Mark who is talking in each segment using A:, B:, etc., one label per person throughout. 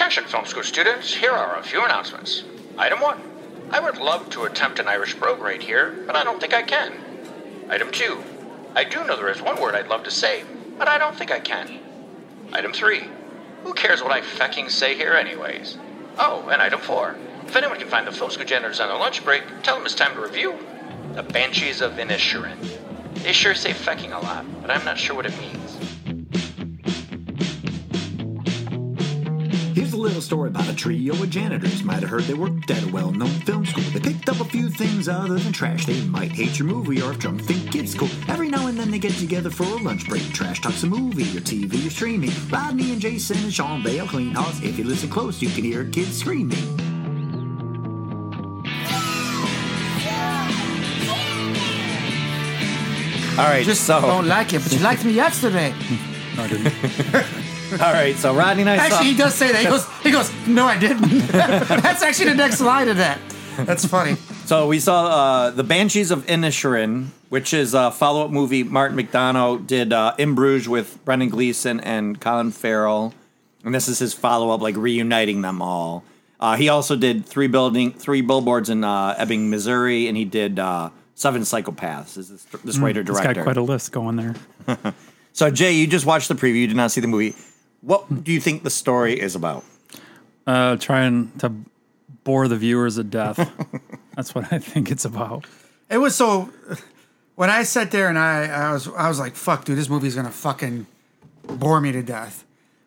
A: Action Film School students, here are a few announcements. Item 1. I would love to attempt an Irish prograde here, but I don't think I can. Item 2. I do know there is one word I'd love to say, but I don't think I can. Item 3. Who cares what I fucking say here, anyways? Oh, and item 4. If anyone can find the film school janitors on their lunch break, tell them it's time to review The Banshees of Inisherin. They sure say fucking a lot, but I'm not sure what it means.
B: Here's a little story about a trio of janitors. Might have heard they worked at a well known film school. They picked up a few things other than trash. They might hate your movie or if drunk think it's cool. Every now and then they get together for a lunch break. Trash talks a movie or TV or streaming. Rodney and Jason and Sean Bale clean house. If you listen close, you can hear kids screaming.
C: All right,
D: Just
C: so
D: don't like it, but you liked me yesterday. No, I didn't.
C: all right, so Rodney and I
D: Actually, he
C: saw.
D: does say that. He goes, he goes, no, I didn't. That's actually the next line of that. That's funny.
C: So we saw uh, the Banshees of Inisherin, which is a follow-up movie Martin McDonough did uh, in Bruges with Brendan Gleeson and Colin Farrell, and this is his follow-up, like reuniting them all. Uh, he also did three building, three billboards in uh, Ebbing, Missouri, and he did uh, Seven Psychopaths. Is this, this writer
E: It's
C: director?
E: got quite a list going there.
C: So Jay, you just watched the preview, you did not see the movie. What do you think the story is about?
E: Uh, trying to bore the viewers to death. That's what I think it's about.
D: It was so. When I sat there and I, I was, I was like, "Fuck, dude, this movie's gonna fucking bore me to death."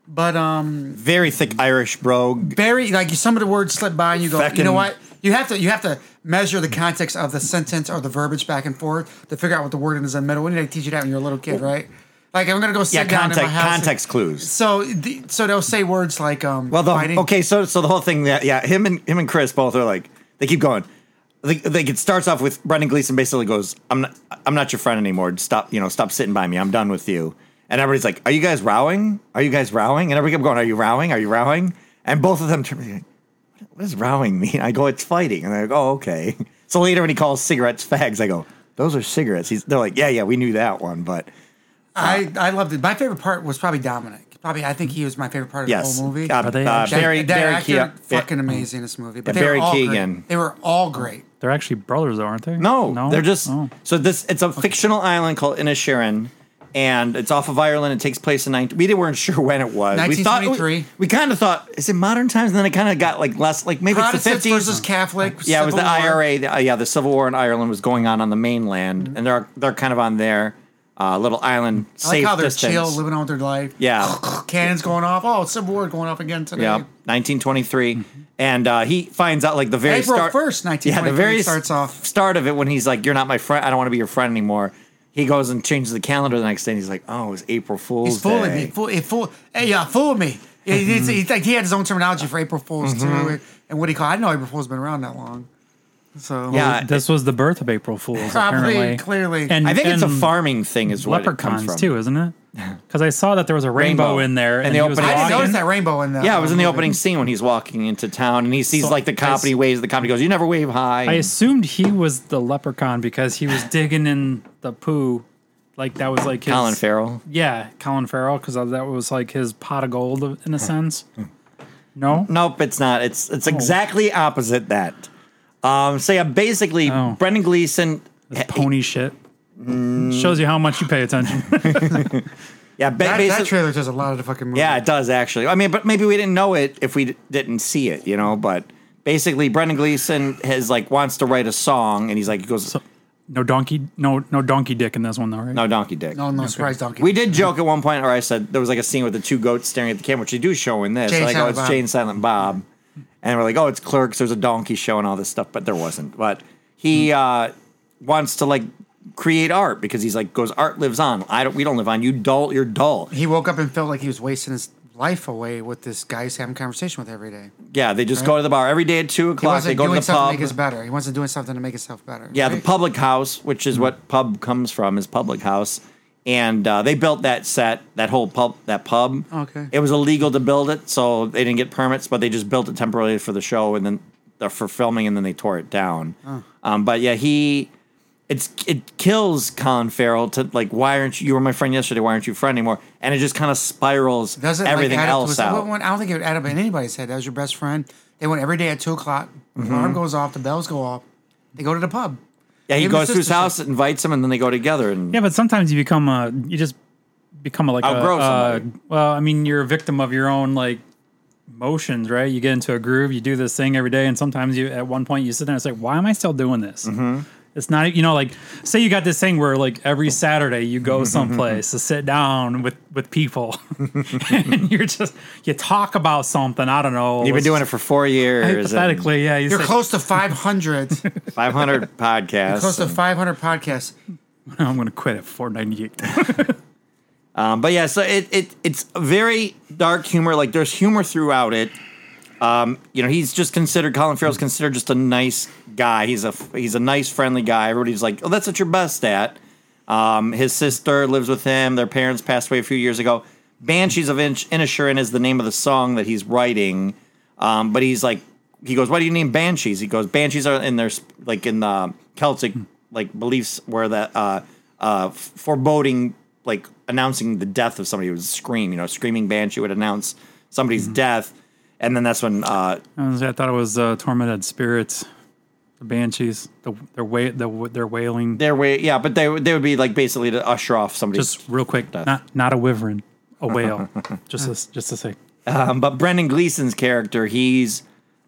D: But um,
C: Very thick Irish brogue.
D: very like some of the words slip by, and you go, "You
C: Feckin'-
D: know what?" You have to, you have to measure the context of the sentence or the verbiage back and forth to figure out what the word is in the middle. When did they teach you that when you're a little kid, right? Like, I'm gonna go sit
C: Yeah,
D: down in
C: context
D: my house. and-
C: context clues.
D: So, the, so they'll say words like, um,
C: Well, the,
D: fighting.
C: okay, so so the whole thing that yeah, him and him and Chris both are like they keep going. Like, like it starts off with Brendan Gleeson basically goes, "I'm not, I'm not your friend anymore. Stop, you know, stop sitting by me. I'm done with you." And everybody's like, "Are you guys rowing? Are you guys rowing?" And everybody kept going, "Are you rowing? Are you rowing?" And both of them turn to me like, "What does rowing mean?" I go, "It's fighting." And they're like, "Oh, okay." So later when he calls cigarettes fags, I go, "Those are cigarettes." He's, they're like, "Yeah, yeah, we knew that one, but
D: I, I loved it. My favorite part was probably Dominic. Probably, I think he was my favorite part of
C: yes,
D: the whole movie.
C: uh,
E: Are they
C: uh,
E: actually-
D: That-
C: Barry,
D: that
C: Barry
D: actor,
C: Keoghan-
D: fucking amazing in this movie. But
C: Yeah,
D: they
C: Barry
D: were all
C: Keoghan.
D: Great. They were all great.
E: They're actually brothers, though, aren't they?
C: No, they're just
E: Oh.
C: so this. It's a fictional island called Inisherin, and it's off of Ireland. It takes place in 19. We didn't- weren't sure when it was. We thought it was-
D: 1923.
C: we kind of thought is it modern times, and then it kind of got like less like maybe it's the
D: Protestants
C: 50s
D: versus Catholics.
C: yeah, it was the
D: Civil War.
C: IRA. the- uh, yeah, the Civil War in Ireland was going on on the mainland, and they're they're kind of on their uh, little island
D: Mm-hmm. I like
C: safe
D: how they're
C: distance.
D: chill, living out their life.
C: Yeah.
D: cannons going off. Oh, Civil War going off again today.
C: Yeah, 1923, and uh, he finds out like the very
D: April
C: start,
D: 1st, 1923 starts off.
C: start of it when he's like, "You're not my friend. I don't want to be your friend anymore." He goes and changes the calendar the next day, and he's like, "Oh, it's April Fool's
D: He's
C: Day."
D: fooling
C: Mm-hmm.
D: me. Fool, he fool, hey, yeah, fool me. Yeah, he, did- he- like, he had his own terminology for April Fools too, and what he called. I didn't know April Fools been around that long. So
C: Yeah,
E: This was the birth of April Fools,
D: Probably,
E: apparently.
D: clearly.
C: I think it's a
E: and
C: farming thing as well.
E: Leprechauns too, isn't it? Because I saw that there was a rainbow,
C: Rainbow.
E: in there,
C: And
E: and,
C: the
E: he was
C: opening-
D: I didn't
E: walking.
D: notice that rainbow in the um,
C: Yeah, it was in the
D: movie.
C: opening scene when he's walking into town, and he sees
E: So
C: like the cop, and he
E: I-
C: waves. The cop, and he goes, "You never wave high."
E: I assumed he was the leprechaun because he was digging in the poo, like that was like his
C: Colin Farrell.
E: Yeah, Colin Farrell, because that was like his pot of gold in a sense.
C: Hmm.
E: No,
C: Nope, it's not. It's it's
D: Oh.
C: exactly opposite that. Um, so yeah, basically,
E: Oh.
C: Brendan Gleeson.
E: it's pony shit. Shows you how much you pay attention.
C: Yeah, ba-
D: That,
C: basically,
D: that trailer does a lot of the fucking movie.
C: Yeah, it does actually. I mean, but maybe we didn't know it if we d- didn't see it, you know. But basically, Brendan Gleeson has like wants to write a song, and he's like, he goes,
E: no donkey, no no donkey dick in this one though, right?
C: "No, donkey dick."
D: No, no surprise donkey.
C: We did joke at one point, or I said there was like a scene with the two goats staring at the camera, which they do show in this.
D: Jay and
C: like, oh,
D: Silent
C: it's
D: Bob.
C: Jane Silent Bob, and we're like, oh, it's Clerks. There's a donkey show and all this stuff, but there wasn't. But he
D: Hmm.
C: uh, wants to like create art because he's like goes art lives on. I don't. We don't live on. You dull. You're dull.
D: He woke up and felt like he was wasting his life away with this guy he's having conversation with every day.
C: Yeah, they just go to the bar every day at two
D: He
C: o'clock.
D: wasn't
C: They go to
D: doing
C: the
D: something
C: pub.
D: to make us better. He wasn't doing something to make himself better.
C: Yeah, the
D: right? Hmm.
C: public house, which is what pub comes from, is public house, and uh, they built that set, that whole pub, that pub.
D: Okay.
C: It was illegal to build it, so they didn't get permits, but they just built it temporarily for the show and then uh, for filming, and then they tore it down. Um, but yeah, he it's it kills Colin Farrell to like why aren't you, you were my friend yesterday why aren't you friend anymore and it just kind of spirals
D: Does it
C: everything
D: like, add up to
C: else
D: a- I
C: out
D: wouldn't want- I don't think it would add up in anybody's head. That was your best friend. They went every day at two o'clock.
C: Mm-hmm.
D: Alarm goes off. The bells go off. They go to the pub.
C: yeah he
D: Even
C: goes to his
D: sister's
C: house invites him and then they go together and
E: Yeah, but sometimes you become a you just become a, like
C: Outgrow
E: a uh,
C: somebody.
E: well, I mean, you're a victim of your own like motions, right? You get into a groove, you do this thing every day, and sometimes you at one point you sit there and it's like, why am I still doing this?
C: Mm-hmm.
E: It's not you know like say you got this thing where like every Saturday you
C: Mm-hmm.
E: go someplace to sit down with with people, and you're just you talk about something. I don't know.
C: you've been doing it for four years
E: hypothetically, yeah. You
D: You're
E: say,
D: close to five hundred.
C: five hundred podcasts
D: close to
C: and-
D: five hundred podcasts.
E: Oh, I'm going to quit at 498.
C: Um, but yeah, so it, it it's very dark humor. Like there's humor throughout it. Um, you know, he's just considered Colin Farrell's considered just a nice guy. He's a he's a nice, friendly guy. Everybody's like, oh, that's what you're best at. Um, his sister lives with him. Their parents passed away a few years ago. Banshees of Inch- Inisherin is the name of the song that he's writing. Um, but he's like, he goes, why do you name banshees? He goes, banshees are in their sp- like in the Celtic like beliefs where that uh, uh, f- foreboding like announcing the death of somebody would scream. You know, screaming banshee would announce somebody's death, and then that's when uh,
E: Honestly, I thought it was uh, tormented spirits, the banshees, the their way, the their wailing.
C: their way. Yeah, but they they would be like basically to usher off somebody's
E: Just real quick, not not a wyvern, a whale. just to, just to say,
C: Um, but Brendan Gleason's character, he's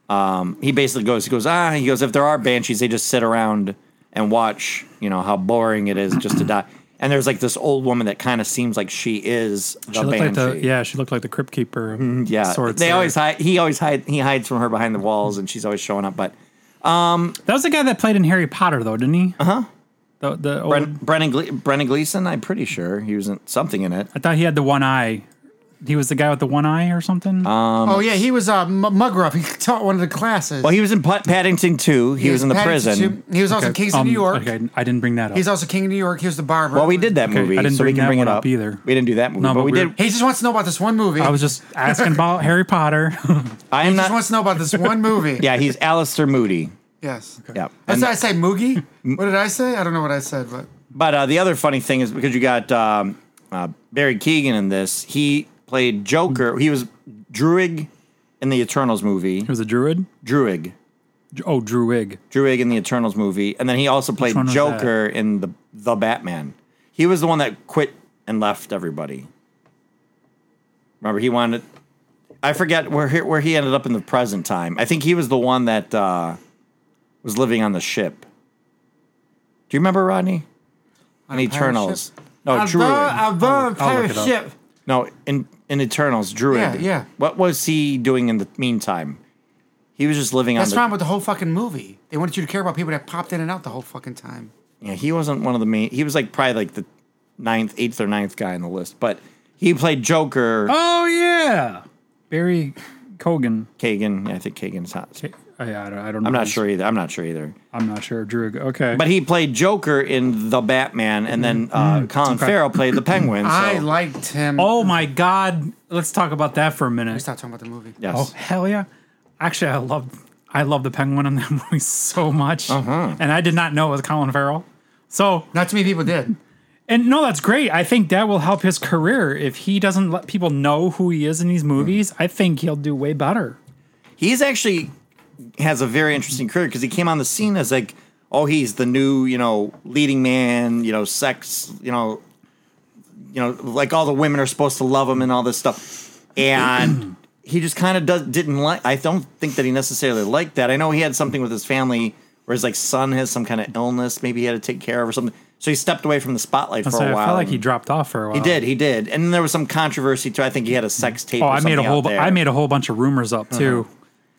C: um, he basically goes, he goes, ah, he goes, if there are banshees, they just sit around and watch, you know, how boring it is just to die. And there's like this old woman that kind of seems like she is the
E: she looked
C: banshee. Mm-hmm,
E: like the yeah, she looked like the crypt keeper. of
C: yeah.
E: Sword
C: they
E: Slayer.
C: always hide. He always hide. He hides from her behind the walls, and she's always showing up. But
E: that was the guy that played in Harry Potter, though, didn't he? Uh huh. The the old,
C: Uh-huh. Bren, Brendan Gle- Brendan Gleason, I'm pretty sure he was in something in it.
E: I thought he had the one eye. He was the guy with the one eye or something.
D: oh yeah, he was a uh, M- Mugruff. He taught one of the classes.
C: Um, Well, he was in Pat- Paddington too. He, was in the
D: Paddington
C: prison.
D: Two. He was also Kings of
E: Um,
D: New York.
E: Okay, I didn't bring that up.
D: He's also King of New York. He was the barber.
C: Well, we did that
E: Okay,
C: movie,
E: I didn't
C: so we
E: bring
C: can
E: that
C: bring it
E: one
C: up
E: up either.
C: We didn't do that movie,
E: No,
C: but
E: but
C: we
E: we
C: did.
E: were-
D: He just wants to know about this one movie.
E: I was just asking about Harry Potter.
C: I am
D: he just
C: not.
D: wants to know about this one movie.
C: Yeah, he's Alistair Moody.
D: Yes.
C: Yeah.
D: What
C: And-
D: did I say? Moogie? What did I say? I don't know what I said, but
C: but uh, the other funny thing is because you got um, uh, Barry Keegan in this, he played Joker. He was Druig in the Eternals movie.
E: he was a druid.
C: Druig.
E: Oh, druig.
C: Druig in the Eternals movie. And then he also played
E: one was
C: Joker in the, the Batman. He was the one that quit and left everybody. Remember, he wanted. I forget where he, where he ended up in the present time. I think he was the one that uh, was living on the ship. Do you remember Rodney? In
D: a pirate
C: Eternals,
D: ship? Uh,
C: no,
D: I've
C: Druid.
D: done- I've done
E: I'll look
D: pirate
E: it up.
D: ship.
C: No, in in Eternals, Druid.
D: Yeah, yeah.
C: What was he doing in the meantime? He was just living
D: That's
C: on.
D: wrong with the whole fucking movie. They wanted you to care about people that popped in and out the whole fucking time.
C: The, yeah, he wasn't one of the main. He was like probably like the ninth, eighth, or ninth guy on the list, but he played Joker.
E: Oh yeah, Barry Cogan.
C: Kagan, yeah, I think Kagan's hot.
E: Oh, yeah, I don't, I don't know.
C: I'm not
E: He's-
C: sure either. I'm not sure either.
E: I'm not sure. Drew. Okay.
C: But he played Joker in the Batman, and then uh, Colin Farrell played the Penguin. So,
D: I liked him.
E: oh my God, let's talk about that for a minute.
D: Stop talking about the movie.
C: yes.
E: Oh hell yeah! Actually, I love I love the penguin in that movie so much,
C: Uh-huh.
E: and I did not know it was Colin Farrell. So
D: Not too many people did.
E: and no, that's great. I think that will help his career if he doesn't let people know who he is in these movies. I think he'll do way better.
C: he's actually has a very interesting career because he came on the scene as like, oh, he's the new, you know, leading man, you know, sex, you know, you know, like all the women are supposed to love him and all this stuff, and he just kind of does didn't like. I don't think that he necessarily liked that. I know he had something with his family where his like son has some kind of illness, maybe he had to take care of or something, so he stepped away from the spotlight for
E: So
C: a
E: I
C: while.
E: felt like
C: and-
E: he dropped off for a while.
C: He did, he did, and then there was some controversy too. I think he had a sex tape.
E: Oh,
C: or
E: I made a
C: something out
E: whole bu-
C: there. Uh-huh.
E: I made a whole bunch of rumors up too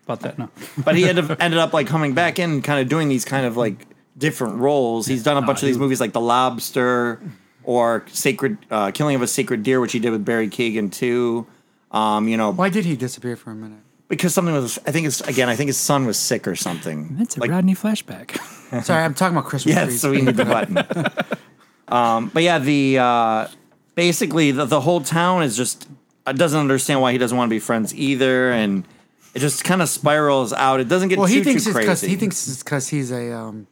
E: about that. No.
C: but he ended up, ended up like coming back in, kind of doing these kind of like different roles. He's done a bunch of these movies like The Lobster or Sacred uh, Killing of a Sacred Deer, which he did with Barry Keegan too. Um, you know,
D: Why did he disappear for a minute?
C: because something was I think it's again I think his son was sick or something.
E: That's a
C: Like,
E: Rodney flashback.
D: Sorry, I'm talking about Christmas
C: yeah,
D: trees.
C: so we need the button. um, but yeah, the uh, basically the, the whole town is just uh, doesn't understand why he doesn't want to be friends either, and it just kind of spirals out. It doesn't get
D: well,
C: too
D: he thinks
C: too
D: it's
C: crazy.
D: because he thinks it's because he's a um,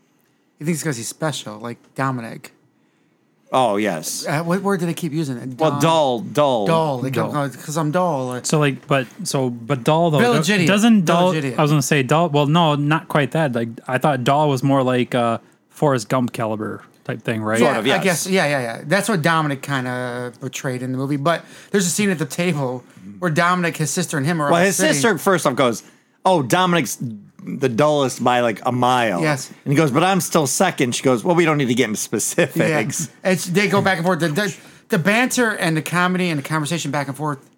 D: He thinks because he's special, like Dominic.
C: Oh yes.
D: Uh, what word did I keep using? It?
C: Well, dull, dull,
D: Dull. They
E: Dull.
D: kept going because I'm dull. Or,
E: So like, but so but doll though
D: Village
E: do-
D: idiot.
E: doesn't doll.
D: Village idiot.
E: I was gonna say doll. Well, no, not quite that. Like I thought doll was more like uh Forrest Gump caliber type thing, right?
D: yeah,
C: of,
D: I
C: yes.
D: guess. Yeah, yeah, yeah. That's what Dominic kind of portrayed in the movie. But there's a scene at the table where Dominic, his sister, and him are.
C: Well,
D: all
C: his
D: sitting.
C: sister first off goes, "Oh, Dominic's the dullest by like a mile."
D: Yes.
C: and he goes, "But I'm still second. She goes, "Well, we don't need to get into
D: Yeah.
C: specifics."
D: It's they go back and forth. The, the, the banter and the comedy and the conversation back and forth.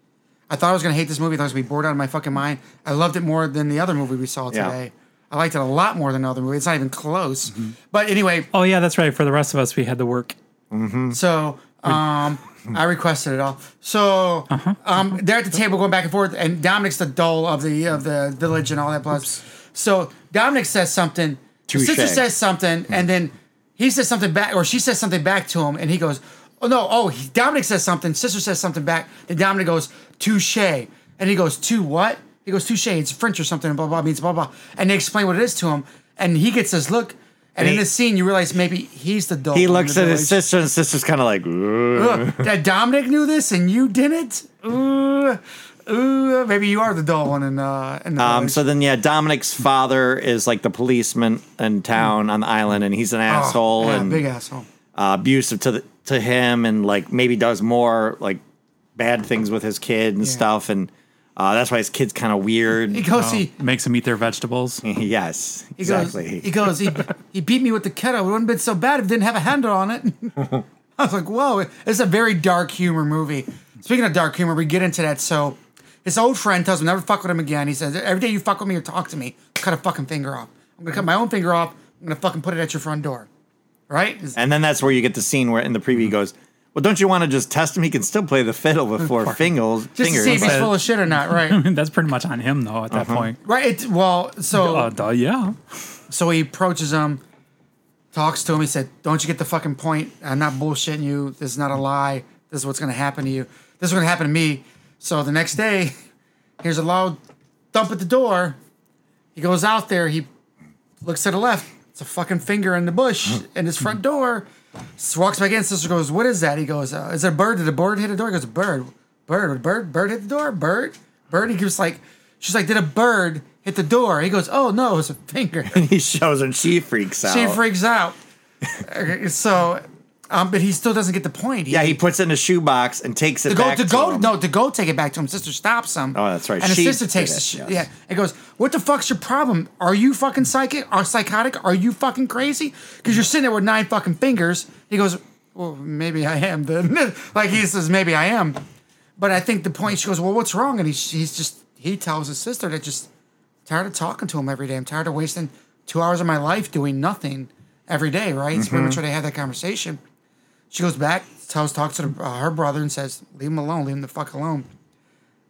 D: I thought I was gonna hate this movie. I thought I was gonna be bored out of my fucking mind. I loved it more than the other movie we saw
C: Yeah.
D: today. I liked it a lot more than the other movie. It's not even close. But anyway,
E: Oh yeah, that's right. For the rest of us, we had to work.
C: Mm-hmm.
D: so um, I requested it all. So
C: Uh-huh.
D: um, they're at the table going back and forth, and Dominic's the doll of the of the village and all that. Plus, so Dominic says something. the Sister
C: Touche.
D: says something, and then he says something back, or she says something back to him, and he goes, "Oh no! Oh, he, Dominic says something. Sister says something back." And Dominic goes, "Touche," and he goes, "To what?" He goes, "Touche." It's French or something. Blah blah means blah blah. And they explain what it is to him, and he gets this look. And, in
C: he-
D: this scene, you realize maybe he's the doll.
C: He
D: in
C: looks
D: the
C: at his
D: village.
C: sister, and his sister's kind of like, "Ugh."
D: Ugh, that Dominic knew this and you didn't. Ooh, ooh, maybe you are the dull one. And uh, in the
C: Um,
D: village.
C: so then, yeah, Dominic's
D: Mm.
C: father is like the policeman in town on the island, and he's an
D: Oh,
C: asshole
D: yeah,
C: and
D: big asshole.
C: uh, abusive to the, to him, and like maybe does more like bad things with his kid and
D: Yeah.
C: stuff, and uh, that's why his kid's kind of weird.
D: He goes, he,
E: Makes them eat their vegetables.
C: yes,
D: he
C: exactly.
D: goes, he goes, he, he beat me with the kettle. It wouldn't have been so bad if it didn't have a handle on it. I was like, whoa, it's a very dark humor movie. Speaking of dark humor, we get into that. So his old friend tells him never fuck with him again. He says, every day you fuck with me or talk to me, cut a fucking finger off. I'm gonna cut my own finger off. I'm gonna fucking put it at your front door. Right? It's-
C: And then that's where you get the scene where in the
D: Mm-hmm.
C: preview he goes, "Well, don't you want to just test him? He can still play the fiddle with four fingers."
D: Just to see if
C: fingers."
D: he's full of shit or not, right?
E: that's pretty much on him though. At that point,
D: Right. It's well, so
E: uh, duh, yeah.
D: so he approaches him, talks to him. He said, "Don't you get the fucking point? I'm not bullshitting you. This is not a lie. This is what's gonna happen to you. This is gonna happen to me." So the next day, here's a loud thump at the door. He goes out there. He looks to the left. It's a fucking finger in the bush in his front door. S- Walks back in. Sister goes, "What is that?" He goes, uh, "Is it a bird? Did a bird hit the door?" He goes, "Bird, bird, bird, bird hit the door. Bird, bird." He gives like, she's like, "Did a bird hit the door?" He goes, "Oh no, it was a finger."
C: he shows and she freaks out.
D: she freaks out. Okay, so, um, but he still doesn't get the point.
C: yeah, he puts it in a shoebox and takes it
D: to go
C: back
D: to go
C: him.
D: no to go take it back to him. Sister stops him.
C: Oh, that's right.
D: And
C: She
D: his sister
C: did
D: takes
C: it,
D: the shit.
C: yes.
D: Yeah, and goes, "What the fuck's your problem? Are you fucking psychic? Are psychotic? Are you fucking crazy? Because you're sitting there with nine fucking fingers." He goes, "Well, maybe I am." Then, like he says, "Maybe I am," but I think the point she goes, "Well, what's wrong?" And he's he's just he tells his sister that just tired of talking to him every day. I'm tired of wasting two hours of my life doing nothing every day. Right? It's
C: Mm-hmm.
D: pretty much where they had that conversation. She goes back, tells, talks to the, uh, her brother, and says, "Leave him alone. Leave him the fuck alone."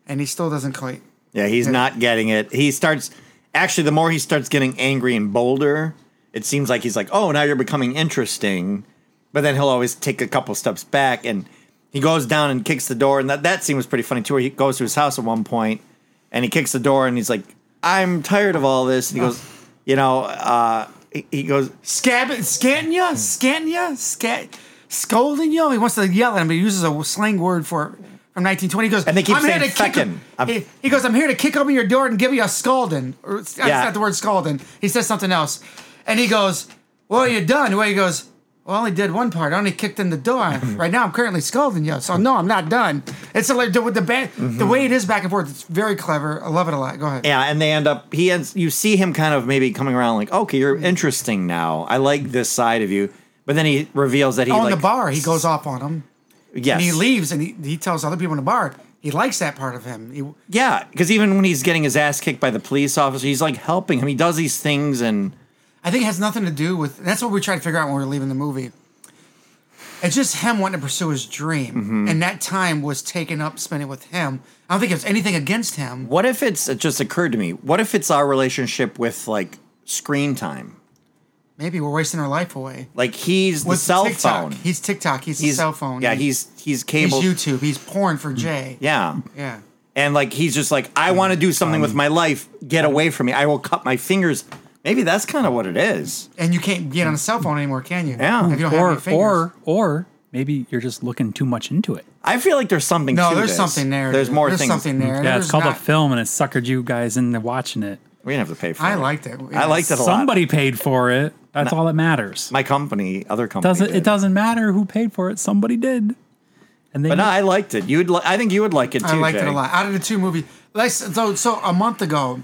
D: And he still doesn't quite.
C: Yeah, he's not getting it. He starts actually the more he starts getting angry and bolder, it seems like he's like, "Oh, now you're becoming interesting." But then he'll always take a couple steps back and he goes down and kicks the door and that that scene was pretty funny too. Where he goes to his house at one point and he kicks the door and he's like, "I'm tired of all this." And he goes, you know, uh he- he goes,
D: Scab, scanting you, scanting you, scat, scolding you. He wants to yell at him, but he uses a slang word for it from 1920. He goes,
C: And they keep
D: I'm here
C: saying
D: to kick
C: feckin'.
D: him.
C: I'm-
D: He, he goes, I'm here to kick open your door and give you a scalding. Or, it's
C: Yeah.
D: That's not the word scalding. He says something else. And he goes, Well, you done. Well, he goes, Well, I only did one part. I only kicked in the door. right now, I'm currently scalding you. So, no, I'm not done. It's a, like, the, with the, ba- the way it is back and forth. It's very clever. I love it a lot. Go ahead.
C: Yeah, Mm-hmm. and they end up he ends you see him kind of maybe coming around like, okay, you're interesting now. I like this side of you. But then he reveals that he
D: on
C: like,
D: Oh, the bar, he goes off on him.
C: Yes.
D: And he leaves and he, he tells other people in the bar he likes that part of him. He,
C: Yeah, because even when he's getting his ass kicked by the police officer, he's like helping him. He does these things, and
D: I think it has nothing to do with. That's what we tried to figure out when we were leaving the movie. It's just him wanting to pursue his dream,
C: Mm-hmm.
D: and that time was taken up spending with him. I don't think it was anything against him.
C: what if it's? It just occurred to me. What if it's our relationship with like screen time?
D: Maybe we're wasting our life away.
C: Like he's the
D: With
C: cell
D: TikTok.
C: phone.
D: He's TikTok. He's,
C: He's-
D: the cell phone.
C: Yeah,
D: He-
C: he's he's
D: he's
C: cable.
D: YouTube. He's porn for Jay.
C: Yeah,
D: Yeah.
C: and like he's just like I want to do something with my life. Get away from me. I will cut my fingers. Maybe that's kind of what it is.
D: and you can't get on a cell phone anymore, can you?
C: Yeah.
D: If you don't have
E: Or
D: any fingers.
E: or or maybe you're just looking too much into it.
C: I feel like there's something.
D: no,
C: to
D: there's
C: this.
D: something there.
C: There's
D: dude.
C: more
D: there's
C: things.
D: something there.
E: Yeah,
D: There's
E: it's called
D: not-
E: a film, and it suckered you guys into watching it.
C: We didn't have to pay for.
D: I
C: it.
D: liked it.
C: I liked it a lot.
E: Somebody paid for it. That's all that matters.
C: My company, other company,
E: Doesn't it?
C: did.
E: Doesn't matter who paid for it. Somebody did. And then
C: But no,
E: you-
C: I liked it. You'd, li- I think you would like it too.
D: I liked it
C: Jay.
D: a lot. Out of the two movies, like so, so a month ago,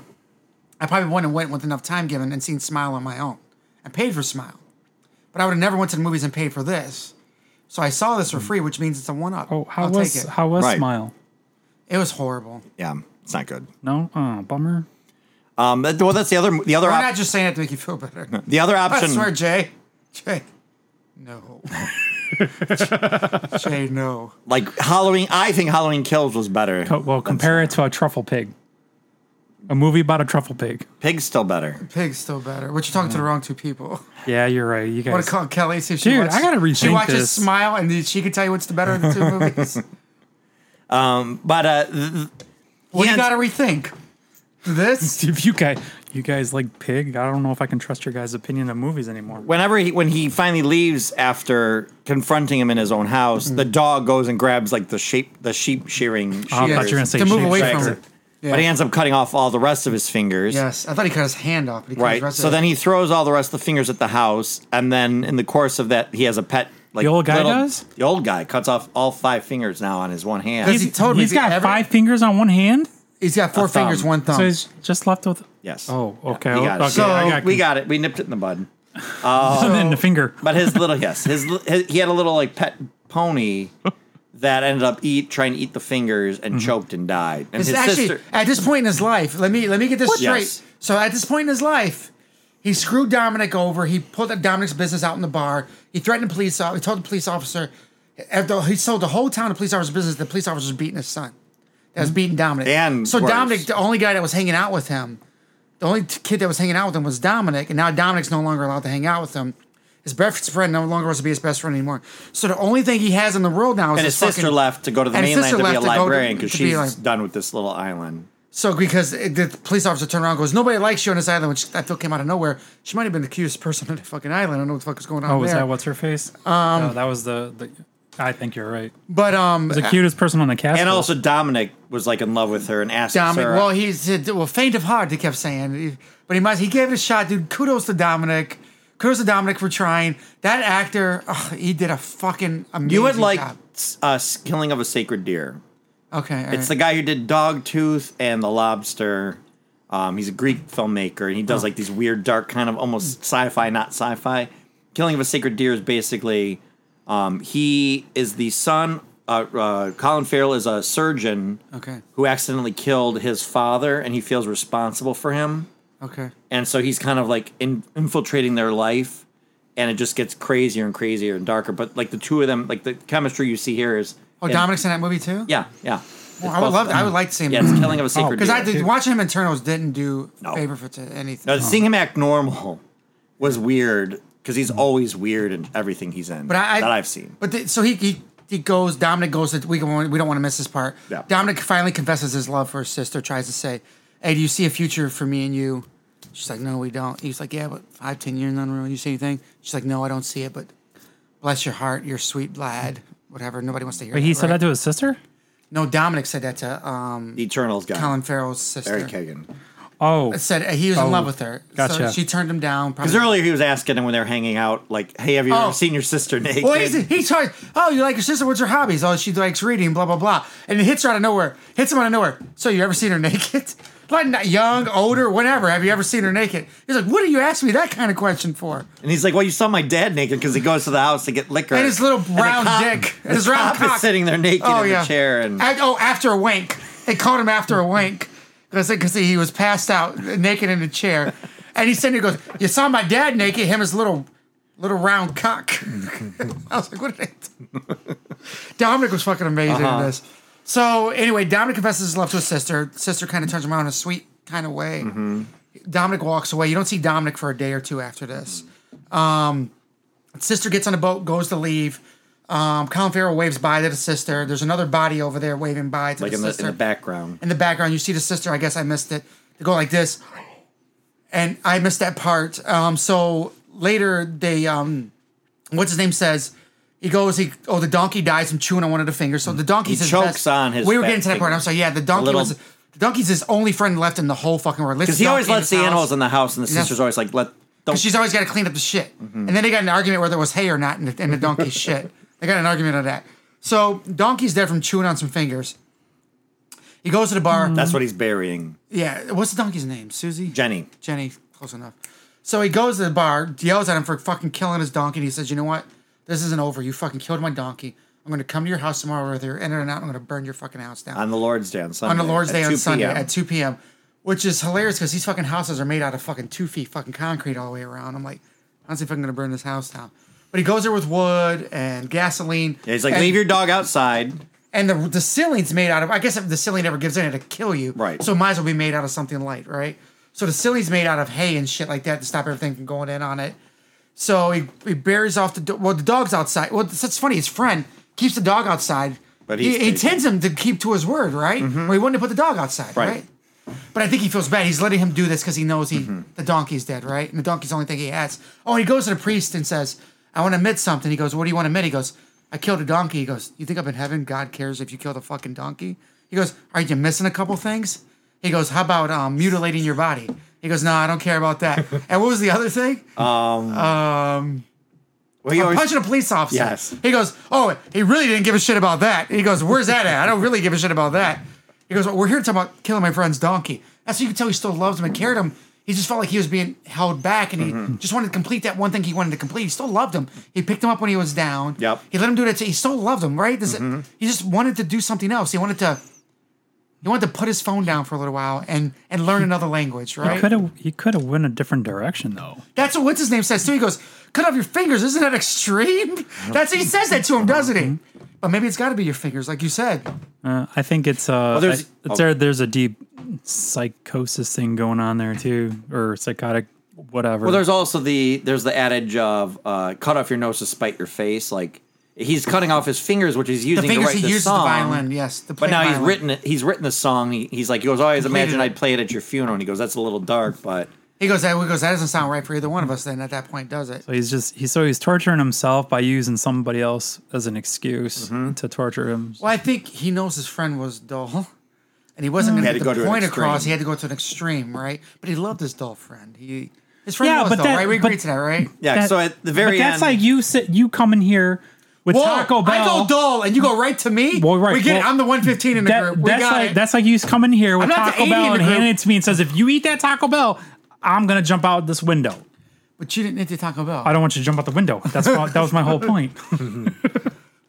D: I probably wouldn't have went with enough time given and seen Smile on my own. I paid for Smile, but I would have never went to the movies and paid for this. So I saw this for free, which means it's a one up.
E: Hmm. oh, how
D: I'll
E: was
D: take it.
E: how was
C: Right.
E: Smile?
D: it was horrible.
C: Yeah, it's not good.
E: No, oh, bummer.
C: Um, that- well, that's the other the other
D: I'm
C: op-
D: not just saying that to make you feel better.
C: the other
D: I
C: option.
D: swear, Jay, Jay, no, Jay, no.
C: Like Halloween, I think Halloween Kills was better.
E: Co- Oh, well, compare it to a truffle pig. A movie about a truffle pig.
C: Pig's still better.
D: Pig's still better. But you're talking to the wrong two people.
E: Yeah, you're right. You
D: I want
E: guys.
D: to call Kelly see if she
E: Mm. Dude,
D: watches-
E: I gotta
D: She
E: rethink
D: watches
E: this.
D: Smile, and then she can tell you what's the better of the two movies.
C: But uh, th- th-
D: Well,
C: Yeah,
D: you gotta rethink this.
E: if you guys, you guys like pig. I don't know if I can trust your guys' opinion of movies anymore.
C: whenever he when he finally leaves after confronting him in his own house, the dog goes and grabs like the sheep the sheep shearing.
D: Yeah,
E: I thought you were gonna
C: shears.
E: say
D: to move away
E: shapeshifter.
D: from it.
C: But he
D: Yeah.
C: ends up cutting off all the rest of his fingers.
D: Yes, I thought he cut his hand off. But he cut his
C: Right.
D: rest of
C: So
D: it.
C: then he throws all the rest of the fingers at the house, and then in the course of that, he has a pet. Like
E: The old guy does?
C: The old guy cuts off all five fingers now on his one hand.
D: Does he totally-
E: He's
D: did
E: got
D: every- Um,
E: five fingers on one hand,
D: he's got four
C: a thumb.
D: fingers, one thumb.
E: so he's just left with.
C: yes.
E: Oh, okay.
C: We got it.
E: okay,
C: So
E: I got
C: we got it. We nipped it in the bud.
E: and then the finger.
C: But his little yes, his, li- his he had a little like pet pony that ended up eat trying to eat the fingers and
E: Mm-hmm.
C: choked and died. And
D: It's
C: his
D: actually
C: sister.
D: at this point in his life. Let me let me get this straight.
C: Yes.
D: So at this point in his life, he screwed Dominic over. He pulled up Dominic's business out in the bar. He threatened the police. off- He told the police officer. After he sold the whole town to police officer's business, the police officer was beating his son. That was beating Dominic.
C: Mm-hmm. And
D: so
C: worse.
D: Dominic, the only guy that was hanging out with him, the only t- kid that was hanging out with him was Dominic, and now Dominic's no longer allowed to hang out with him. His best friend no longer wants to be his best friend anymore. So the only thing he has in the world now is
C: And his
D: fucking,
C: sister left to go to the
D: and his
C: mainland to
D: sister
C: be a
D: left to go to-
C: librarian because
D: to be
C: she's
D: like-
C: done with this little island.
D: So because it, the police officer turned around and goes, nobody likes you on this island, which I feel came out of nowhere. She might have been the cutest person on the fucking island. I don't know what the fuck is going on
E: Oh, was
D: there.
E: that what's her face? Um, no, that was the, the. I think you're right.
D: but um,
E: The cutest person on the cast.
C: And
E: list.
C: also Dominic was like in love with her and asked
D: Dominic.
C: her.
D: Well, he said, well, faint of heart. He kept saying, He- but he must. He gave it a shot, dude. Kudos to Dominic. Kudos to Dominic for trying. That actor, ugh, he did a fucking amazing.
C: you would like
D: job.
C: uh, Killing of a Sacred Deer.
D: Okay, all
C: It's
D: right.
C: the guy who did Dogtooth and The Lobster. Um, he's a Greek filmmaker, and he does like these weird, dark, kind of almost sci-fi, not sci-fi. Killing of a Sacred Deer is basically um, he is the son. Uh, uh, Colin Farrell is a surgeon
D: Okay.
C: who accidentally killed his father, and he feels responsible for him
D: okay.
C: and so he's kind of like in, infiltrating their life and it just gets crazier and crazier and darker but like the two of them like the chemistry you see here is
D: Oh,
C: and-
D: Dominic's in that movie too.
C: yeah yeah
D: Well,
C: It's
D: I would
C: both
D: love.
C: of them.
D: I would like to see him.
C: yeah it's killing of a sacred
D: because I
C: deer.
D: did, Oh. watching him in Turtles didn't do
C: No.
D: favor for to anything.
C: No, seeing him act normal was weird because he's always weird in everything he's in
D: Mm. But I, I
C: that i've seen
D: But the, so he, he he goes. Dominic goes. That we can, we don't want to miss this part.
C: Yeah.
D: Dominic finally confesses his love for his sister. Tries to say, "Hey, do you see a future for me and you?" She's like, "No, we don't." He's like, "Yeah, but five, ten years down the road, you see anything?" She's like, "No, I don't see it." But bless your heart, you're a sweet lad. Whatever. Nobody wants to hear.
E: Wait, he
D: that,
E: said
D: right?
E: that to his sister.
D: No, Dominic said that to um,
C: the eternals guy
D: Colin Farrell's sister.
C: barry kagan
E: Oh,
D: Said uh, he was
E: Oh,
D: in love with her. So
E: gotcha.
D: she turned him down.
C: because
D: Probably.
C: earlier he was asking him when they were hanging out like hey have you
D: Oh.
C: ever seen your sister naked
D: Well, he's, he tries. Oh, you like your sister? What's her hobbies? Oh, she likes reading. Blah blah blah. And it hits her out of nowhere. Hits him out of nowhere. So you ever seen her naked? Like not young, older, whatever. Have you ever seen her naked? He's like, what are you asking me that kind of question for?
C: And he's like, "Well, you saw my dad naked because he goes to the house to get liquor."
D: And his little
C: the
D: round
C: cop-
D: dick.
C: the
D: His round
C: cop is
D: cock. Oh,
C: sitting there naked in the chair, and
D: Act- oh, after a wank, they called him after a wank because he was passed out naked in a chair, and he said he goes, "You saw my dad naked, him his little little round cock." I was like, "What?" Did I do?" Dominic was fucking amazing
C: Uh-huh.
D: in this. So anyway, Dominic confesses his love to his sister. Sister kind of turns him around in a sweet kind of way.
C: Mm-hmm.
D: Dominic walks away. You don't see Dominic for a day or two after this. Um, sister gets on a boat, goes to leave. Um, Colin Farrell waves by to the sister. There's another body over there waving by to
C: like
D: the
C: in the,
D: sister.
C: in the background.
D: In the background, you see the sister. I guess I missed it. They go like this, and I missed that part. Um, so later they um, what's his name says. He goes, he oh the donkey dies from chewing on one of the fingers. So the donkey's
C: He
D: his
C: chokes
D: best-
C: on his
D: We were
C: fat
D: getting to that part.
C: finger.
D: I'm sorry. Yeah, the donkey
C: little-
D: was the donkey's his only friend left in the whole fucking world.
C: Because he always lets the animals in the house, and the
D: Yeah.
C: sister's always like, "Let don't."
D: Because she's always got to clean up the shit.
C: Mm-hmm.
D: And then they got an argument whether it was hay or not in the, in the donkey's shit. They got an argument on that. So donkey's dead from chewing on some fingers. He goes to the bar.
C: that's what he's burying.
D: Yeah, what's the donkey's name? Susie?
C: Jenny.
D: Jenny, close enough. So he goes to the bar, yells at him for fucking killing his donkey, and he says, You know what? This isn't over. You fucking killed my donkey. I'm going to come to your house tomorrow, whether you're in it or not. I'm going to burn your fucking house down
C: on the Lord's Day on Sunday.
D: on the Lord's
C: at
D: Day on
C: 2
D: Sunday
C: p.m..
D: at 2 p.m., which is hilarious because these fucking houses are made out of fucking two feet fucking concrete all the way around. I'm like, how's he fucking gonna burn this house down? But he goes there with wood and gasoline.
C: Yeah, he's like,
D: and,
C: "Leave your dog outside."
D: And the the ceiling's made out of. I guess if the ceiling ever gives in, it'll kill you.
C: Right.
D: So it might as well be made out of something light, right? So the ceiling's made out of hay and shit like that to stop everything from going in on it. So he, he buries off the do- well the dog's outside. Well, that's that's funny. His friend keeps the dog outside,
C: But
D: he,
C: he's
D: he
C: taking-
D: tends him to keep to his word, right? Well, he wouldn't have put the dog outside, right?
C: Right.
D: But I think he feels bad. He's letting him do this because he knows he the donkey's dead, right? And the donkey's the only thing he has. Oh, he goes to the priest and says, "I want to admit something." He goes, "What do you want to admit?" He goes, "I killed a donkey." He goes, "You think I'm in heaven? God cares if you killed a fucking donkey." He goes, "Are you missing a couple things?" He goes, "How about um, mutilating your body?" He goes, "No, I don't care about that." and what was the other thing?
C: Well, he
D: I'm
C: always-
D: punching a police officer.
C: Yes.
D: He goes, Oh, he really didn't give a shit about that. He goes, Where's that at? I don't really give a shit about that. He goes, well, We're here to talk about killing my friend's donkey. That's how you can tell he still loves him and cared him. He just felt like he was being held back and he
C: Mm-hmm.
D: just wanted to complete that one thing he wanted to complete. He still loved him. He picked him up when he was down.
C: Yep. Mm-hmm.
D: He let him do that. He still loved him, right? This, He just wanted to do something else. He wanted to. He wanted to put his phone down for a little while and and learn another language, right?
E: He could have he could have went a different direction though.
D: That's what what's his name says too. He goes, "Cut off your fingers." Isn't that extreme? That's he says that to him, doesn't he? But maybe it's got to be your fingers, like you said.
E: Uh, I think it's uh
C: there's-
E: I- it's there, there's a deep psychosis thing going on there too, or psychotic whatever.
C: well, there's also the there's the adage of uh, "cut off your nose to spite your face." Like he's cutting off his fingers, which he's
D: The
C: using to
D: fingers
C: write
D: he
C: the
D: uses
C: song.
D: the violin, yes. The
C: But
D: plate
C: now he's
D: violin.
C: written it. He's written the song. He, he's like, he goes, "Oh, "I always
D: Completed
C: imagine
D: it.
C: I'd play it at your funeral." And he goes, "That's a little dark, but
D: He goes that. He goes that doesn't sound right for either one of us. Then at that point, does it?
E: so he's just he's so he's torturing himself by using somebody else as an excuse
D: Mm-hmm.
E: to torture him.
D: Well, I think he knows his friend was dull, and he wasn't
C: Mm. He
D: going
C: had
D: to
C: to
D: get
C: go
D: the
C: to an
D: point
C: extreme.
D: across. He had to go to an extreme, right? But he loved his dull friend. He his friend
E: Yeah,
D: was
E: but
D: dull,
E: that-
D: right? We
E: but-
D: agree to that, right?
C: yeah."
E: That-
C: so at the very
E: but that's
C: end,
E: like you sit you come in here with
D: Whoa,
E: Taco Bell.
D: I go dull, and you go right to me.
E: Well, right,
D: We get it.
E: well,
D: I'm the 115 in the
E: That-
D: group. We
E: that's
D: got
E: like
D: it.
E: that's like you coming here with
D: I'm not the
E: Taco
D: 80 in
E: Bell
D: the
E: and handing
D: group.
E: it to me and says, "If you eat that Taco Bell, I'm gonna jump out this window."
D: but you didn't need to Taco Bell.
E: I don't want you to jump out the window. That's what, that was my whole point.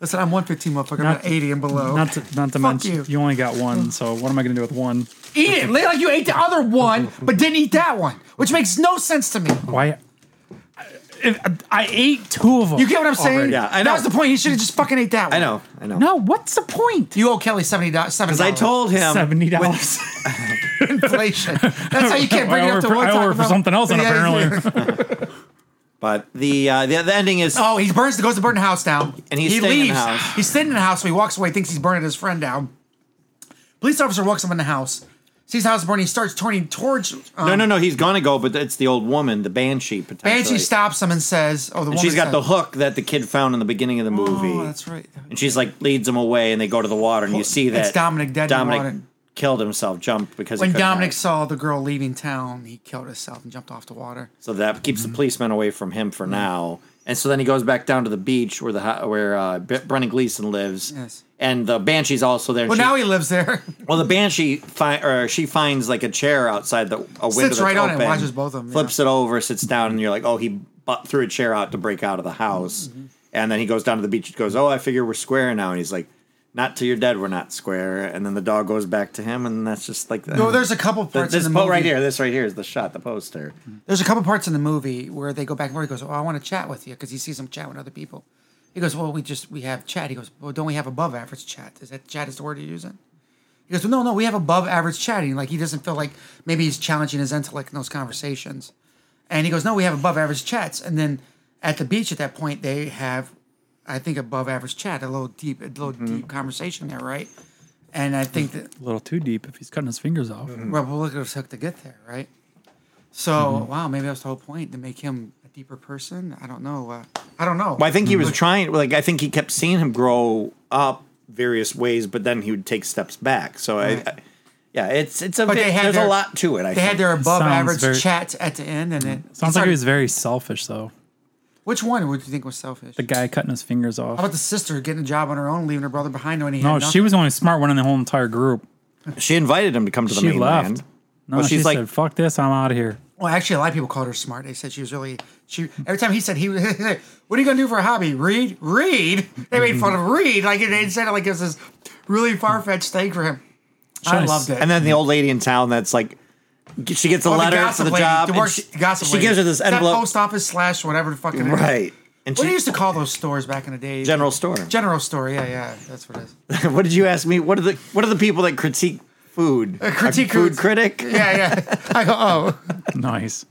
D: Listen, I'm 115, motherfucker. I'm
E: Not
D: not
E: to-
D: 80 and below.
E: Not to not to
D: Fuck
E: mention
D: you. Mm.
E: you. only got one. So what am I gonna do with one?
D: eat it like you ate the other one, but didn't eat that one, which makes no sense to me.
E: Why? If, I ate two of them.
D: You get what I'm saying?
E: already.
C: Yeah, I
D: That
C: know.
D: was the point. He should have just fucking ate that one.
C: I know, I know.
E: No, what's the point?
D: You owe Kelly seventy dollars. Because
C: Because I told him
E: Seventy dollars.
D: inflation. That's how you can't bring
E: I
D: it up to
E: ordered for-
D: one
E: I
D: Taco
E: ordered for
D: Bell.
E: something else on
D: Yeah,
E: apparently.
D: yeah.
C: But the uh, the, the ending is
D: Oh, he burns. Goes to burn the house down,
C: And he's
D: he
C: staying in the
D: leaves.
C: house.
D: He's sitting in the house. So he walks away. Thinks he's burning his friend down. Police officer walks him in the house. Sees the house burning. He starts turning towards. Um,
C: no, no, no. He's gonna go, but it's the old woman, the banshee. Potentially,
D: Banshee stops him and says, "Oh, the woman."
C: She's got
D: said-
C: the hook that the kid found in the beginning of the movie.
D: Oh, that's right.
C: And she's like leads him away, and they go to the water, and you see that
D: It's Dominic dead in the
C: Dominic
D: water.
C: killed himself, jumped because he
D: When
C: couldn't
D: Dominic
C: hide.
D: saw the girl leaving town, he killed himself and jumped off the water.
C: so that keeps
D: Mm-hmm.
C: the policeman away from him for now. And so then he goes back down to the beach where the ho- where uh, B- Brennan Gleason lives.
D: Yes.
C: And the banshee's also there. and
D: Well,
C: she-
D: now he lives there.
C: Well, the banshee fi- or she finds like a chair outside the a window. that's
D: right on it and
C: open,
D: watches both of 'em, yeah.
C: Flips it over, sits down, and you're like, oh, he bu- threw a chair out to break out of the house.
D: Mm-hmm.
C: And then he goes down to the beach. and goes, oh, I figure we're square now. And he's like, not till you're dead, we're not square. And then the dog goes back to him, and that's just like the.
D: No, there's a couple
C: the,
D: parts
C: this
D: in the
C: po-
D: movie.
C: right here. This right here is the shot, the poster.
D: There's a couple parts in the movie where they go back and forth. He goes, "Oh, I want to chat with you," because he sees him chat with other people. He goes, "Well, we just we have chat." He goes, "Well, don't we have above average chat? Is that chat is the word you're using?" He goes, "Well, no, no, we have above average chatting." Like he doesn't feel like maybe he's challenging his intellect in those conversations. And he goes, "No, we have above average chats." And then at the beach at that point, they have, I think, above average chat, a little deep, a little deep conversation there, right? And I think that
E: A little too deep. If he's cutting his fingers off.
D: Mm-hmm.
C: Mm.
D: well, we'll look at what it took to get there, right? So
C: Mm-hmm.
D: wow, maybe that's the whole point to make him a deeper person. I don't know. Uh, I don't know.
C: Well, I think he was trying. Like, I think he kept seeing him grow up various ways, but then he would take steps back. So
D: Right.
C: I, I, yeah, it's it's a
D: But
C: bit,
D: they had
C: there's
D: their-
C: a lot to it. I
D: they
C: think.
D: had their above
E: Sounds
D: average
E: very- Mm.
D: chats at the end, and then
E: Sounds like he was very selfish, though.
D: Which one would you think was selfish?
E: The guy cutting his fingers off.
D: How about the sister getting a job on her own, leaving her brother behind when he
E: no,
D: had
E: she
D: nothing?
E: was the only smart one in the whole entire group.
C: she invited him to come to the
E: She
C: mainland.
E: left. No,
C: Well,
E: she
C: she's like-
E: said, "Fuck this, I'm out of here."
D: Well, actually, a lot of people called her smart. They said she was really. She every time he said he was, what are you gonna do for a hobby? Read, read. They made fun
E: Mm-hmm.
D: of read. Like they said it like it was this really far fetched thing for him. I
E: Nice.
D: loved it.
C: And then the old lady in town that's like, she gets a
D: Oh,
C: letter for
D: gossip
C: the
D: lady,
C: job.
D: The
C: and
D: work,
C: she
D: gossip
C: she
D: lady.
C: gives her this
D: Is that
C: envelope,
D: post office slash whatever the fucking
C: right? And
D: What
C: she
D: do you used to call those stores back in the day?
C: general store.
D: General store. Yeah, yeah, that's what it is.
C: what did you ask me? What are the what are the people that critique food? A
D: Uh, critique
C: food
D: foods.
C: critic.
D: Yeah, yeah. I go, oh,
E: Nice.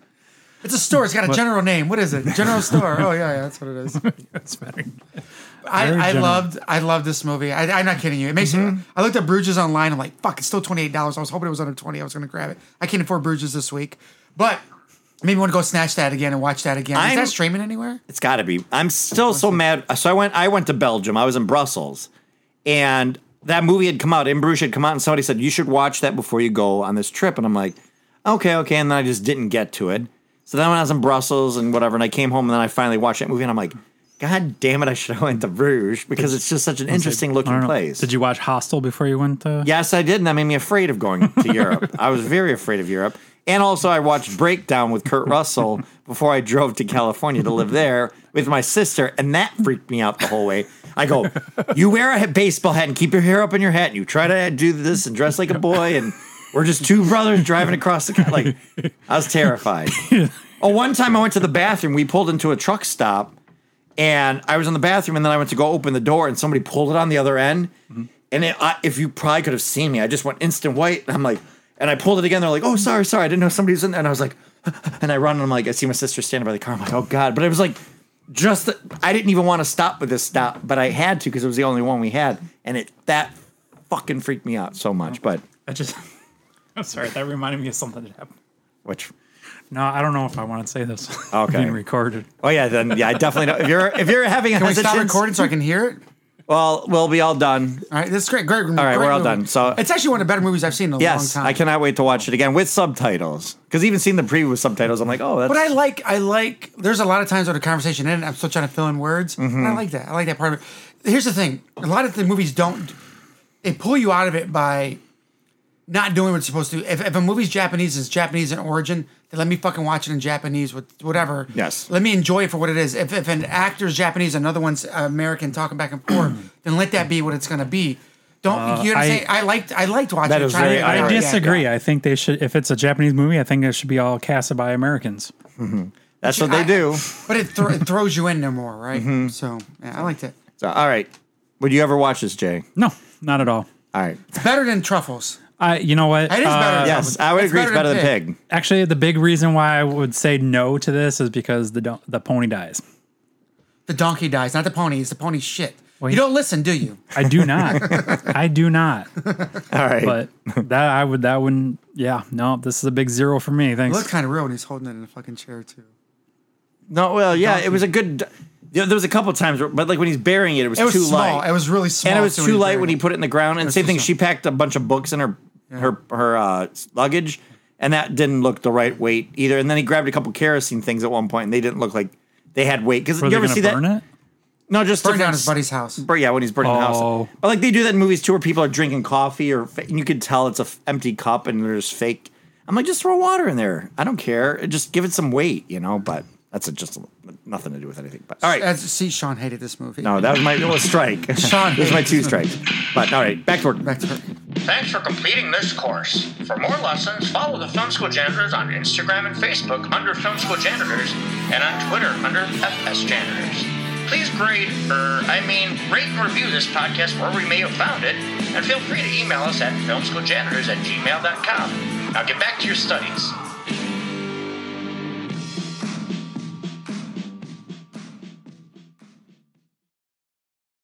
D: it's a store. It's got a general name. What is it? General store. Oh, yeah, yeah, that's what it is.
E: That's better. Very
D: I, I
E: general.
D: loved I loved this movie. I, I'm not kidding you. It makes
C: Mm-hmm.
D: me. I looked at Bruges online. I'm like, fuck, it's still twenty eight dollars. I was hoping it was under twenty. I was gonna grab it. I can't afford Bruges this week, but maybe want to go snatch that again and watch that again. is
C: I'm-
D: that streaming anywhere?
C: It's got to be. I'm still so mad. So I went. I went to Belgium. I was in Brussels, and that movie had come out. In Bruges had come out, and somebody said you should watch that before you go on this trip. And I'm like, okay, okay. And then I just didn't get to it. So then when I was in Brussels and whatever, and I came home, and then I finally watched that movie, and I'm like, God damn it! I should have went to Bruges because it's just such an interesting
E: I don't
C: looking
E: know.
C: place.
E: Did you watch Hostel before you went? To-
C: Yes, I did, and that made me afraid of going to Europe. I was very afraid of Europe. And also, I watched Breakdown with Kurt Russell before I drove to California to live there with my sister, and that freaked me out the whole way. I go, You wear a baseball hat and keep your hair up in your hat, and you try to do this and dress like a boy, and we're just two brothers driving across the country. Like, I was terrified. Oh, one time I went to the bathroom, we pulled into a truck stop and I was in the bathroom, and then I went to go open the door, and somebody pulled it on the other end. And it, I, if you probably could have seen me, I just went instant white. And I'm like, and I pulled it again. They're like, oh, sorry, sorry, I didn't know somebody was in there. And I was like, and I run, and I'm like, I see my sister standing by the car. I'm like, oh god, but it was like, just the, I didn't even want to stop with this stop, but I had to because it was the only one we had, and it that fucking freaked me out so much. But
E: I just. I'm sorry. That reminded me of something that happened.
C: which,
E: No, I don't know if I want to say this.
C: Okay.
E: Being recorded.
C: oh yeah, then yeah, I definitely know if you're if you're having
D: Can we stop
C: hesitance-
D: recording so I can hear it?
C: Well, we'll be all done.
D: All right, this is great. Great. All
C: right, we're all done. So-
D: it's actually one of the better movies I've seen in a
C: Yes,
D: long time.
C: I cannot wait to watch it again with subtitles. Because even seeing the preview with subtitles, I'm like, oh, that's.
D: But I like, I like. There's a lot of times when a conversation ends, I'm still trying to fill in words.
C: Mm-hmm.
D: And I like that. I like that part of it. Here's the thing: a lot of the movies don't. They pull you out of it by not doing what it's supposed to. If, if a movie's Japanese, it's Japanese in origin. Then let me fucking watch it in Japanese with whatever.
C: Yes.
D: Let me enjoy it for what it is. If, if an actor's Japanese, another one's American, talking back and forth, then let that be what it's gonna be. Don't you know what I'm
E: I-
D: saying? I liked, I liked watching.
C: Uh, That
D: it,
C: is
D: trying to
C: very
D: get it
E: I
D: out.
C: ironic.
D: Yeah.
E: disagree. I think they should. If it's a Japanese movie, I think it should be all casted by Americans.
C: that's what they do. Mm-hmm.
D: But it, thro- it throws you in no more, right? So yeah, I liked it.
C: So, all right. Would you ever watch this, Jay?
E: No, not at all.
C: All right.
D: better than truffles.
E: I. You know what? Uh,
D: It is better. than truffles.
C: Uh, Yes, I would agree. It's better than pig.
E: Actually, the big reason why I would say no to this is because the don- the pony dies.
D: The donkey dies, not the pony. It's the pony shit.
E: Wait.
D: You don't listen, do you?
E: I do not. I do not.
C: All right.
E: But that I would. That wouldn't. Yeah. No. This is a big zero for me.
D: It
E: Thanks.
D: looks kind of real when he's holding it in the fucking chair too.
C: no, well, yeah, it was a good. Yeah, there was a couple times, where, but like when he's burying it, it was,
D: It was
C: too
D: small.
C: light.
D: It was really small.
C: and it was too light when he put it in the ground. And same
D: too
C: thing,
D: small.
C: she packed a bunch of books in her her her uh, luggage, and that didn't look the right weight either. And then he grabbed a couple kerosene things at one point, and they didn't look like they had weight. Because
E: Were
C: you
E: they
C: ever
E: gonna
C: see that?
E: burn it?
C: No, just
D: burned down
C: different
D: his buddy's house.
C: Bur- yeah, when he's burning the
E: Oh.
C: house. But like they do that in movies too, where people are drinking coffee or fa- and you could tell it's a f- empty cup and there's fake. I'm like, just throw water in there. I don't care. It- Just give it some weight, you know. But that's a, just a, nothing to do with anything. But all right,
D: As, see, Sean hated this movie.
C: no, that was my little strike.
D: Sean,
C: Those are my two strikes. But all right, back to work.
D: Back to her.
A: Thanks for completing this course. For more lessons, follow the Film School Janitors on Instagram and Facebook under Film School Janitors and on Twitter under FS Janitors. Please grade, er, I mean, rate and review this podcast wherever you may have found it, and feel free to email us at filmschooljanitors at gmail.com. Now get back to your studies.